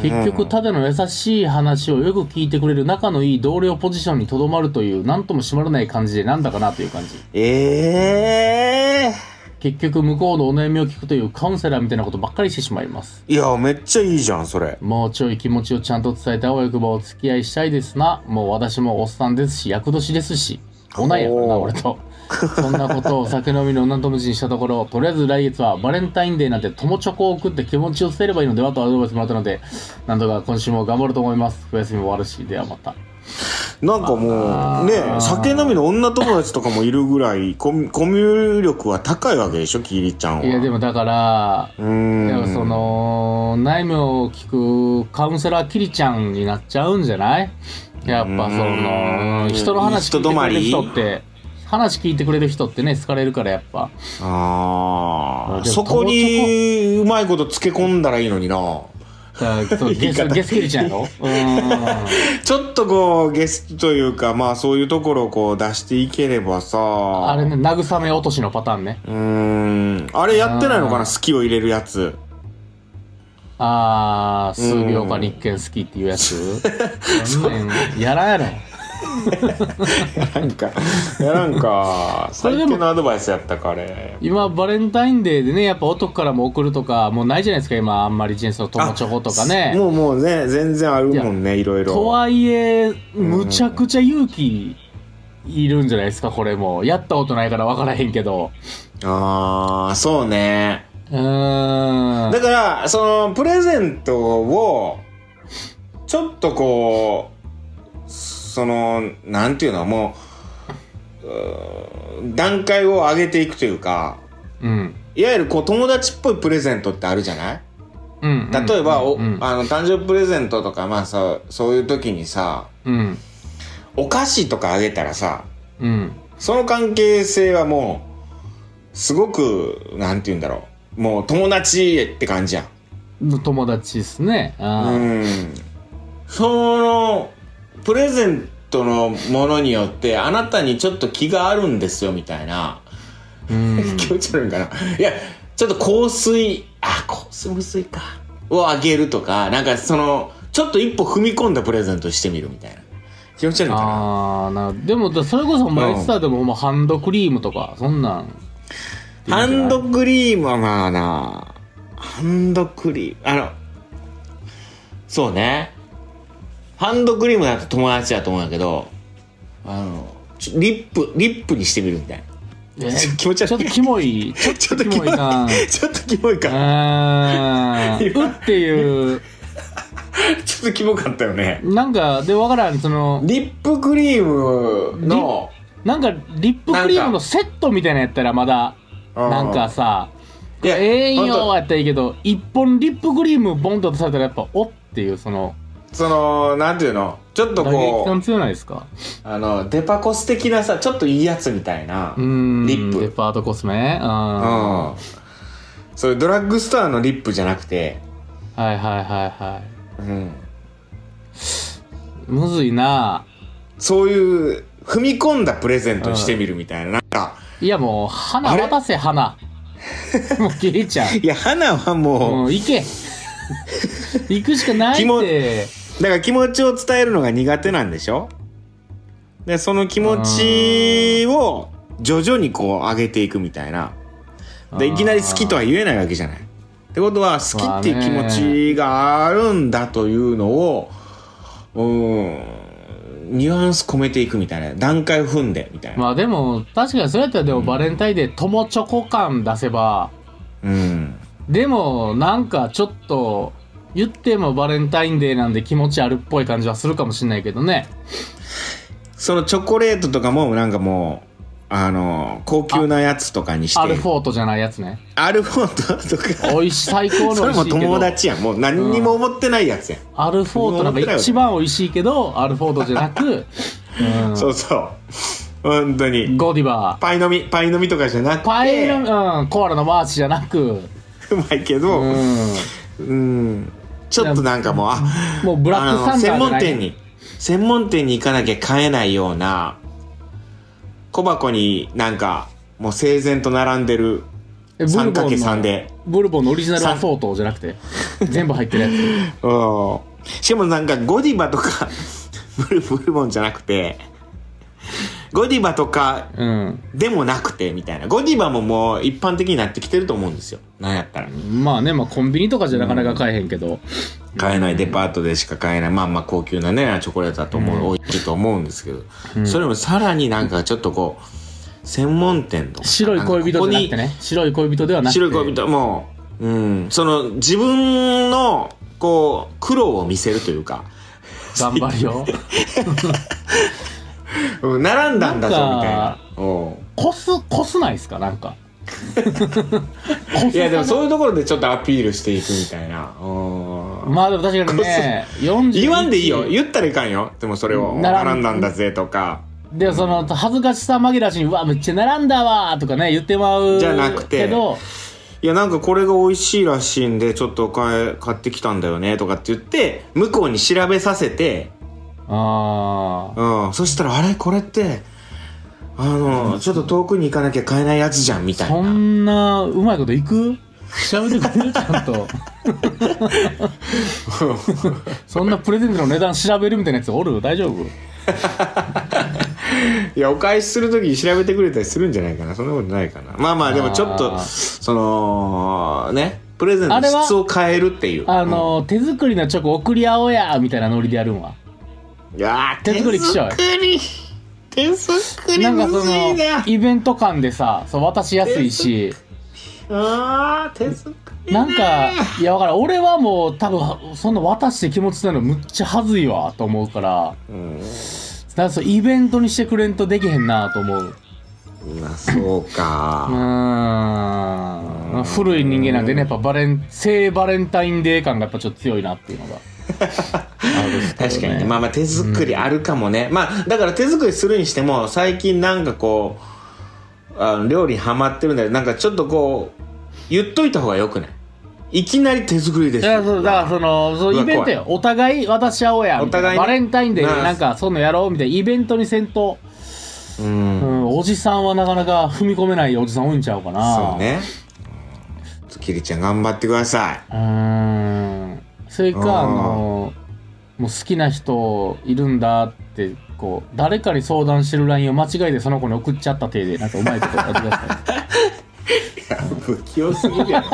[SPEAKER 3] 結局ただの優しい話をよく聞いてくれる仲のいい同僚ポジションにとどまるという何とも締まらない感じでなんだかなという感じ
[SPEAKER 2] ええ
[SPEAKER 3] 結局向こうのお悩みを聞くというカウンセラーみたいなことばっかりしてしまいます
[SPEAKER 2] ー、いやめっちゃいいじゃんそれ
[SPEAKER 3] もうちょい気持ちをちゃんと伝えた親くばお付き合いしたいですな。もう私もおっさんですし、厄年ですし、おないやからな、
[SPEAKER 2] おー
[SPEAKER 3] 俺と。そんなことを酒飲みの女友達にしたところ、とりあえず来月はバレンタインデーなんて友チョコを送って気持ちを捨てればいいのではとアドバイスもらったので、なんとか今週も頑張ると思います。冬休みも終わるし、ではまた。
[SPEAKER 2] なんかも
[SPEAKER 3] あ
[SPEAKER 2] う
[SPEAKER 3] ー
[SPEAKER 2] ね酒飲みの女友達とかもいるぐらいコミコミュ力は高いわけでしょキリちゃんはい
[SPEAKER 3] や、でもだから、
[SPEAKER 2] うーん
[SPEAKER 3] でもその、悩みを聞くカウンセラーキリちゃんになっちゃうんじゃないやっぱそ
[SPEAKER 2] うん
[SPEAKER 3] の、人の話聞いてくれる人って、話聞いてくれる人ってね、好かれるからやっぱ。
[SPEAKER 2] あ
[SPEAKER 3] あ
[SPEAKER 2] あ
[SPEAKER 3] でも
[SPEAKER 2] そこにうまいことつけ込んだらいいのにな
[SPEAKER 3] だからそうゲス、ゲスキリちゃんやろうん。
[SPEAKER 2] ちょっとこうゲストというかまあそういうところをこう出していければさ
[SPEAKER 3] あれね、慰め落としのパターンね。
[SPEAKER 2] うーんあれやってないのか
[SPEAKER 3] あ
[SPEAKER 2] な好きを入れるやつ
[SPEAKER 3] あー、数秒間に一件好きっていうやつ。そんなんやらんやろ。
[SPEAKER 2] なんかいやなんか
[SPEAKER 3] そ
[SPEAKER 2] 最
[SPEAKER 3] れで
[SPEAKER 2] 低
[SPEAKER 3] も
[SPEAKER 2] のアドバイスやったかあれ
[SPEAKER 3] 今、バレンタインデーでね、やっぱ男からも送るとか、もうないじゃないですか、今、あんまり人生の友チョコとかね。
[SPEAKER 2] もうもうね全然あるもんねいろいろ
[SPEAKER 3] とはいえむちゃくちゃ勇気いるんじゃないですかこれもやったことないから分からへんけど
[SPEAKER 2] ああそうね
[SPEAKER 3] うーん
[SPEAKER 2] だからそのプレゼントをちょっとこうそのなんていうのもううー段階を上げていくというか
[SPEAKER 3] うん
[SPEAKER 2] いわゆるこう友達っぽいプレゼントってあるじゃない
[SPEAKER 3] うん
[SPEAKER 2] 例えば、お
[SPEAKER 3] うん
[SPEAKER 2] あの誕生日プレゼントとか、まあ、さそういう時にさ
[SPEAKER 3] うん
[SPEAKER 2] お菓子とかあげたらさ
[SPEAKER 3] うん
[SPEAKER 2] その関係性はもうすごくなんて言うんだろうもう友達って感じやん。
[SPEAKER 3] の友達ですねあー
[SPEAKER 2] うんそのプレゼントのものによってあなたにちょっと気があるんですよみたいな
[SPEAKER 3] うん
[SPEAKER 2] 気持ち悪いんかな、いやちょっと香水あ香水無水かをあげるとかなんかそのちょっと一歩踏み込んだプレゼントしてみるみたいな気持ち悪いんかな
[SPEAKER 3] あーなでもだそれこそマイスターでももうハンドクリームとかそんなん
[SPEAKER 2] ハンドクリームはまあなハンドクリームあの
[SPEAKER 1] そうねハンドクリームだと友達だと思うんだけどあのちょリップリップにしてみるみたいな
[SPEAKER 3] え
[SPEAKER 2] 気持ち悪い
[SPEAKER 3] ちょっとキモい。ち ょ
[SPEAKER 2] ちょ
[SPEAKER 3] っ
[SPEAKER 2] っと
[SPEAKER 3] と
[SPEAKER 2] キ
[SPEAKER 3] キ
[SPEAKER 2] モ
[SPEAKER 3] モ
[SPEAKER 2] い
[SPEAKER 3] いな。
[SPEAKER 2] ちょっとキモいか
[SPEAKER 3] あーうっていう、
[SPEAKER 2] ちょっとキモかったよね
[SPEAKER 3] なんか、で、わからん、その、
[SPEAKER 1] リップクリームの
[SPEAKER 3] なんか、リップクリームのセットみたいなやったらまだ、
[SPEAKER 2] あー
[SPEAKER 3] なんかさ、
[SPEAKER 1] いや
[SPEAKER 3] ええん
[SPEAKER 1] ほん
[SPEAKER 3] よ
[SPEAKER 1] と
[SPEAKER 3] やったらいいけど、一本リップクリームボンと出されたらやっぱ、おっていう、その、
[SPEAKER 2] そのなんていうのちょっと
[SPEAKER 3] 打撃
[SPEAKER 2] こ
[SPEAKER 3] 感強ないですか
[SPEAKER 2] うあのデパコス的なさちょっといいやつみたいな
[SPEAKER 3] うーん。
[SPEAKER 2] リップ
[SPEAKER 3] デパートコスメうん。は
[SPEAKER 2] うんそれドラッグストアのリップじゃなくて
[SPEAKER 3] いはいはいはい。
[SPEAKER 2] うん
[SPEAKER 3] むずいな
[SPEAKER 2] そういう踏み込んだプレゼントにしてみるみたいななんか
[SPEAKER 3] いやもう、花
[SPEAKER 2] あれ
[SPEAKER 3] 渡せ、花。もう切れちゃ
[SPEAKER 2] いや花は
[SPEAKER 3] う。
[SPEAKER 2] もう
[SPEAKER 3] もう行け。行くしかない
[SPEAKER 2] 気も
[SPEAKER 3] って。
[SPEAKER 2] だから気持ちを伝えるのが苦手なんでしょでその気持ちを徐々にこう上げていくみたいなでいきなり好きとは言えないわけじゃないってことは好きっていう気持ちがあるんだというのをうんニュアンス込めていくみたいな段階踏んでみたいな、
[SPEAKER 3] まあでも、確かにそうやったらでもバレンタインで友チョコ感出せば、
[SPEAKER 2] うん
[SPEAKER 3] でもなんかちょっと、言ってもバレンタインデーなんで気持ちあるっぽい感じはするかもしれないけどね。
[SPEAKER 2] そのチョコレートとかもなんかもうあの高級なやつとかにして
[SPEAKER 3] アルフォートじゃないやつね。
[SPEAKER 2] アルフォートとか
[SPEAKER 3] 美味しい、最高
[SPEAKER 2] そ
[SPEAKER 3] の美
[SPEAKER 2] れ
[SPEAKER 3] 味
[SPEAKER 2] も
[SPEAKER 3] しいけ
[SPEAKER 2] 友
[SPEAKER 3] ど。
[SPEAKER 2] 達やんもう何にも思ってないやつやん、
[SPEAKER 3] アルフォートなんか一番美味しいけど、アルフォートじゃ なく、うん
[SPEAKER 2] そうそう本当に
[SPEAKER 3] ゴディバ
[SPEAKER 2] パイのみパイのみとかじゃなく
[SPEAKER 3] ー。
[SPEAKER 2] て
[SPEAKER 3] パイル、うん、コアラのマーチじゃなく、
[SPEAKER 2] うまいけど、
[SPEAKER 3] うん、
[SPEAKER 2] うんちょっとなんかもう、あ、
[SPEAKER 3] もうブラック
[SPEAKER 2] あ
[SPEAKER 3] サ
[SPEAKER 2] の
[SPEAKER 3] ンダーじゃ
[SPEAKER 2] 専門
[SPEAKER 3] ない
[SPEAKER 2] 店に、専門店に行かなきゃ買えないような、小箱になんか、もう整然と並んでる、
[SPEAKER 3] えブルボン
[SPEAKER 2] 3×3
[SPEAKER 3] の
[SPEAKER 2] で。
[SPEAKER 3] ブルボンのオリジナルアフォートじゃなくて、全部入ってるやつ。
[SPEAKER 2] うん。しかもなんか、ゴディバとか、 ブルブルボンじゃなくて、ゴディバとか
[SPEAKER 3] うん。
[SPEAKER 2] でもなくて、みたいな。ゴディバももう一般的になってきてると思うんですよ。なんやったら。
[SPEAKER 3] まあね、まあコンビニとかじゃなかなか買えへんけど。
[SPEAKER 2] 買えないデパートでしか買えないまあまあ高級なねチョコレートだと思う、美味しいと思うんですけど、それもさらになんかちょっとこう専門店とか
[SPEAKER 3] 白い恋人じゃなくて
[SPEAKER 2] なんかこ
[SPEAKER 3] ね。白い恋人では
[SPEAKER 2] こ
[SPEAKER 3] な
[SPEAKER 2] に
[SPEAKER 3] くて。
[SPEAKER 2] 白い恋人もう、うん、その自分のこう苦労を見せるというか、
[SPEAKER 3] 頑張る よ。
[SPEAKER 2] うん、並んだんだぞ
[SPEAKER 3] なんか
[SPEAKER 2] みたいなお
[SPEAKER 3] こす、こすないですかなんか。こ
[SPEAKER 2] い
[SPEAKER 3] す
[SPEAKER 2] やでもそういうところでちょっとアピールしていくみたいな、うん
[SPEAKER 3] まあでも確かにね、40。
[SPEAKER 2] 言わんでいいよ言ったらいかんよでもそれを
[SPEAKER 3] 並
[SPEAKER 2] 並
[SPEAKER 3] ん
[SPEAKER 2] んだんだぜとか
[SPEAKER 3] でその恥ずかしさ紛らわしに「うわめっちゃ並んだわ」とかね言ってまう
[SPEAKER 2] じゃなくて
[SPEAKER 3] けど
[SPEAKER 2] いやなんかこれが美味しいらしいんでちょっと買え買ってきたんだよねとかって言って向こうに調べさせて、
[SPEAKER 3] ああ
[SPEAKER 2] うん、そしたらあれこれってあのちょっと遠くに行かなきゃ買えないやつじゃんみたい
[SPEAKER 3] そ
[SPEAKER 2] なん
[SPEAKER 3] なうまいこといく調べてくれるちゃんとそんなプレゼントの値段調べるみたいなやつおる大丈夫
[SPEAKER 2] いやお返しする時に調べてくれたりするんじゃないかなそんなことないかなまあまあでもちょっと
[SPEAKER 3] あー
[SPEAKER 2] そのねプレゼント
[SPEAKER 3] あれ
[SPEAKER 2] の
[SPEAKER 3] は
[SPEAKER 2] 質を変えるっていう
[SPEAKER 3] あの、手作りのチョコ送り合おうやみたいなノリでやるんわ
[SPEAKER 2] うんいやー
[SPEAKER 3] 手作りきちゃう
[SPEAKER 2] 手作り手作り
[SPEAKER 3] なんか
[SPEAKER 2] む
[SPEAKER 3] そ
[SPEAKER 2] ずい
[SPEAKER 3] の
[SPEAKER 2] な
[SPEAKER 3] イベント感でさそう渡しやすいし
[SPEAKER 2] あー手作りね
[SPEAKER 3] なんかいやわからん俺はもう多分そんな渡して気持ちなのむっちゃ恥ずいわと思うから
[SPEAKER 2] うん
[SPEAKER 3] だからそうイベントにしてくれんとできへんなと思う
[SPEAKER 2] まあそうか
[SPEAKER 3] うーん古い人間なんでねやっぱバレン聖バレンタインデー感がやっぱちょっと強いなっていう のがあるっすけどね
[SPEAKER 2] 確かにねまあまあ手作りあるかもね、まあだから手作りするにしても最近なんかこうあの料理ハマってるんだけどなんかちょっとこう言っといた方がよくないいきなり手作りで
[SPEAKER 3] だ
[SPEAKER 2] す
[SPEAKER 3] からそうだからそのそう
[SPEAKER 2] うわ
[SPEAKER 3] イベントよお互い渡し合おうやみたいな
[SPEAKER 2] お互いね
[SPEAKER 3] バレンタインデー
[SPEAKER 2] な
[SPEAKER 3] で
[SPEAKER 2] あ
[SPEAKER 3] なんかそんのやろうみたいなイベントにせんと、
[SPEAKER 2] うん
[SPEAKER 3] うん、おじさんはなかなか踏み込めないおじさん多いんちゃうかな
[SPEAKER 2] そうねうんキリちゃん頑張ってくださいう
[SPEAKER 3] ーんそれかあ
[SPEAKER 2] うん
[SPEAKER 3] のもう好きな人いるんだってこう誰かに相談してる LINE を間違えてその子に送っちゃった手でなんかうまいことやってください
[SPEAKER 2] 不器用すぎるやろ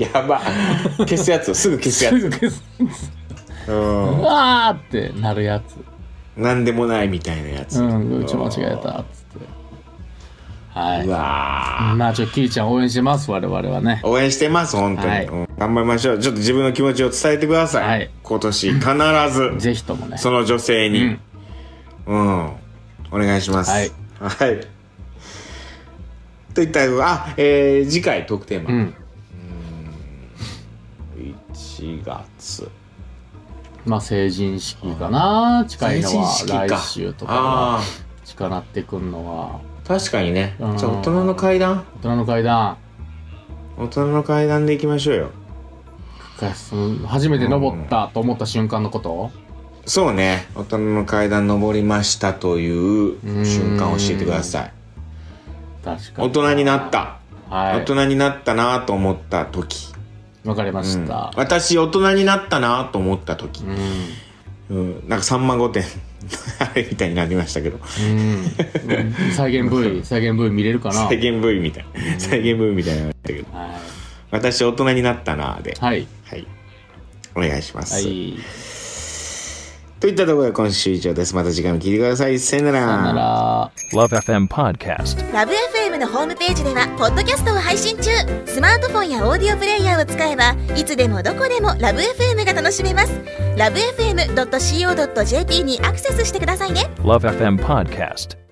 [SPEAKER 1] やば消すやつすぐ消す や
[SPEAKER 3] す
[SPEAKER 1] つ
[SPEAKER 3] ぐ消す
[SPEAKER 2] うん
[SPEAKER 3] うわーってなるやつ
[SPEAKER 2] なんでもないみたいなやつ、
[SPEAKER 3] うん、うち間違えたっつっては
[SPEAKER 2] う
[SPEAKER 3] い
[SPEAKER 2] わ
[SPEAKER 3] まあちょキーちゃん応援してます我々はね
[SPEAKER 2] ー応援してます本当に、
[SPEAKER 3] はい
[SPEAKER 2] うん頑張りましょうちょっと自分の気持ちを伝えてください、
[SPEAKER 3] はい
[SPEAKER 2] 今年必ず
[SPEAKER 3] ぜひともね
[SPEAKER 2] その女性に、うん、お願いします。
[SPEAKER 3] はい。
[SPEAKER 2] はい。といったあ、えー、次回特テーマ。
[SPEAKER 3] うん
[SPEAKER 1] 1月
[SPEAKER 3] まあ成人式かな近いの
[SPEAKER 1] 成人式
[SPEAKER 3] は
[SPEAKER 1] か
[SPEAKER 3] 来週とか
[SPEAKER 2] あ
[SPEAKER 3] 近なってくんのは
[SPEAKER 2] あ、確かにね。じゃあ
[SPEAKER 3] うん
[SPEAKER 2] 大人の階段
[SPEAKER 3] 大人の階段
[SPEAKER 2] 大人の階段で行きましょうよ。
[SPEAKER 3] がその初めて登ったと思った瞬間のこと
[SPEAKER 2] そうね。大人の階段登りましたという
[SPEAKER 3] ーん
[SPEAKER 2] 瞬間を教えてください。
[SPEAKER 3] 確かに
[SPEAKER 2] 大人になった。
[SPEAKER 3] は
[SPEAKER 2] 大
[SPEAKER 3] い
[SPEAKER 2] 人になったなと思った時。
[SPEAKER 3] わかりま
[SPEAKER 2] う
[SPEAKER 3] し
[SPEAKER 2] ん
[SPEAKER 3] た
[SPEAKER 2] 私大人になったなと思った時。
[SPEAKER 3] うん
[SPEAKER 2] うん、なんかさん ま御殿あれみたいになりましたけど
[SPEAKER 3] うん再現 V 再現 V 見れるかな
[SPEAKER 2] 再現 V みたいな再現 V みたいになりましたけど
[SPEAKER 3] は
[SPEAKER 2] 私大人になったなで
[SPEAKER 3] いはい
[SPEAKER 2] はいお願いします、
[SPEAKER 3] はい
[SPEAKER 2] といったところで今週以上ですまた次回も聞いてくださいさよなら
[SPEAKER 3] さよなら
[SPEAKER 4] Love FM Podcast.
[SPEAKER 5] ラブ f m のホームページではポッドキャストを配信中スマートフォンやオーディオプレイヤーを使えばいつでもどこでもラブ f m が楽しめますラブ FM.co.jp にアクセスしてくださいね
[SPEAKER 4] Love FM Podcast.